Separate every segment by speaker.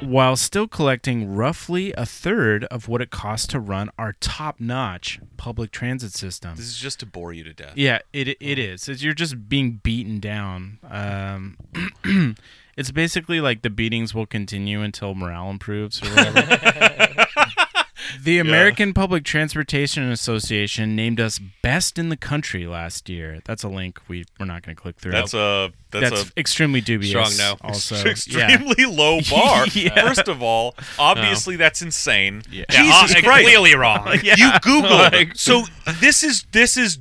Speaker 1: while still collecting roughly a third of what it costs to run our top-notch public transit system.
Speaker 2: This is just to bore you to death.
Speaker 1: Yeah, it it is. It's, you're just being beaten down. Um, it's basically like the beatings will continue until morale improves or whatever. the American Public Transportation Association named us best in the country last year. That's a link we we're not going to click through.
Speaker 2: That's a that's,
Speaker 1: That's
Speaker 2: a
Speaker 1: extremely dubious.
Speaker 2: strong no.
Speaker 1: Also,
Speaker 2: It's
Speaker 1: yeah.
Speaker 2: extremely low bar.
Speaker 1: Yeah.
Speaker 2: First of all, obviously that's insane.
Speaker 3: Oh. Yeah,
Speaker 2: Jesus
Speaker 3: uh,
Speaker 2: Christ.
Speaker 3: Clearly wrong.
Speaker 2: You googled.
Speaker 3: Like-
Speaker 2: so this is this is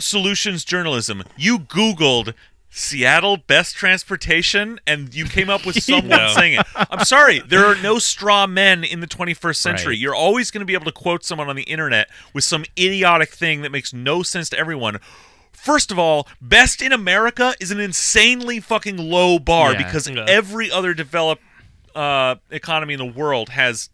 Speaker 2: solutions journalism. You googled Seattle best transportation and you came up with someone saying it. I'm sorry, there are no straw men in the 21st century.
Speaker 1: Right.
Speaker 2: You're always going to be able to quote someone on the internet with some idiotic thing that makes no sense to everyone. First of all, best in America is an insanely fucking low bar
Speaker 1: Yeah.
Speaker 2: because
Speaker 3: Yeah.
Speaker 2: every other developed uh, economy in the world has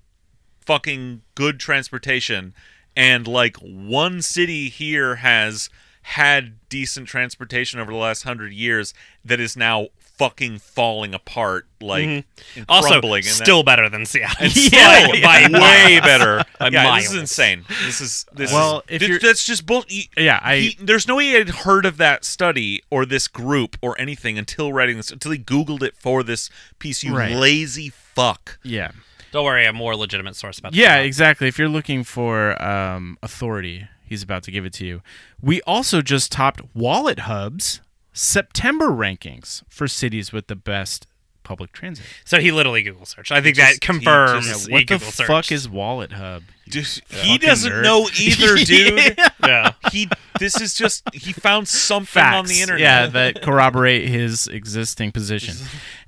Speaker 2: fucking good transportation and like one city here has had decent transportation over the last hundred years that is now fucking falling apart like
Speaker 1: Mm-hmm.
Speaker 2: and
Speaker 3: Also,
Speaker 2: crumbling and that-
Speaker 3: still better than Seattle.
Speaker 2: and still
Speaker 3: Yeah, by
Speaker 2: way better
Speaker 3: By
Speaker 2: yeah this
Speaker 3: miles.
Speaker 2: is insane this is this
Speaker 1: Well,
Speaker 2: is,
Speaker 1: if
Speaker 2: thi-
Speaker 1: you're-
Speaker 2: that's just bull y-
Speaker 1: Yeah, I-
Speaker 2: he- there's no way he had heard of that study or this group or anything until writing this until he googled it for this piece you
Speaker 1: Right.
Speaker 2: lazy fuck
Speaker 1: yeah.
Speaker 3: Don't worry, I have a more legitimate source about
Speaker 1: Yeah,
Speaker 3: that.
Speaker 1: exactly. If you're looking for um, authority, he's about to give it to you. We also just topped Wallet Hub's September rankings for cities with the best public transit.
Speaker 3: So he literally Google searched. I think
Speaker 2: He just-
Speaker 3: that confirms
Speaker 2: he
Speaker 3: he
Speaker 2: just-
Speaker 1: What the
Speaker 3: Google searched.
Speaker 1: fuck is Wallet Hub?
Speaker 2: Dude, he
Speaker 1: fucking
Speaker 2: doesn't
Speaker 1: nerd.
Speaker 2: know either dude
Speaker 3: yeah.
Speaker 2: he this is just he found something
Speaker 1: Facts,
Speaker 2: on the internet.
Speaker 1: yeah, that corroborate his existing position.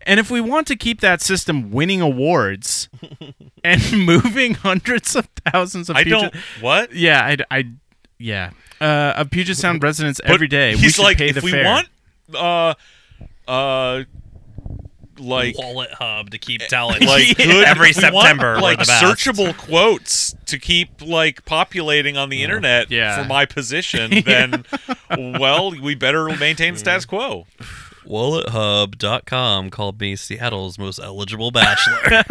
Speaker 1: And if we want to keep that system winning awards and moving hundreds of thousands of
Speaker 2: I
Speaker 1: people,
Speaker 2: don't what
Speaker 1: Yeah, I, I yeah. Uh, of Puget Sound residents every day. we
Speaker 2: He's
Speaker 1: should
Speaker 2: like
Speaker 1: pay
Speaker 2: if
Speaker 1: the
Speaker 2: we
Speaker 1: fare.
Speaker 2: want uh uh like eh,
Speaker 3: Wallet hub to keep telling
Speaker 2: like good,
Speaker 3: every
Speaker 2: if we want,
Speaker 3: September we're
Speaker 2: like
Speaker 3: the best.
Speaker 2: searchable quotes to keep like populating
Speaker 3: Mm.
Speaker 2: on the internet
Speaker 1: Yeah.
Speaker 2: for my position then well we better maintain the
Speaker 3: Mm.
Speaker 2: status quo
Speaker 3: wallethub.com called me Seattle's most eligible bachelor.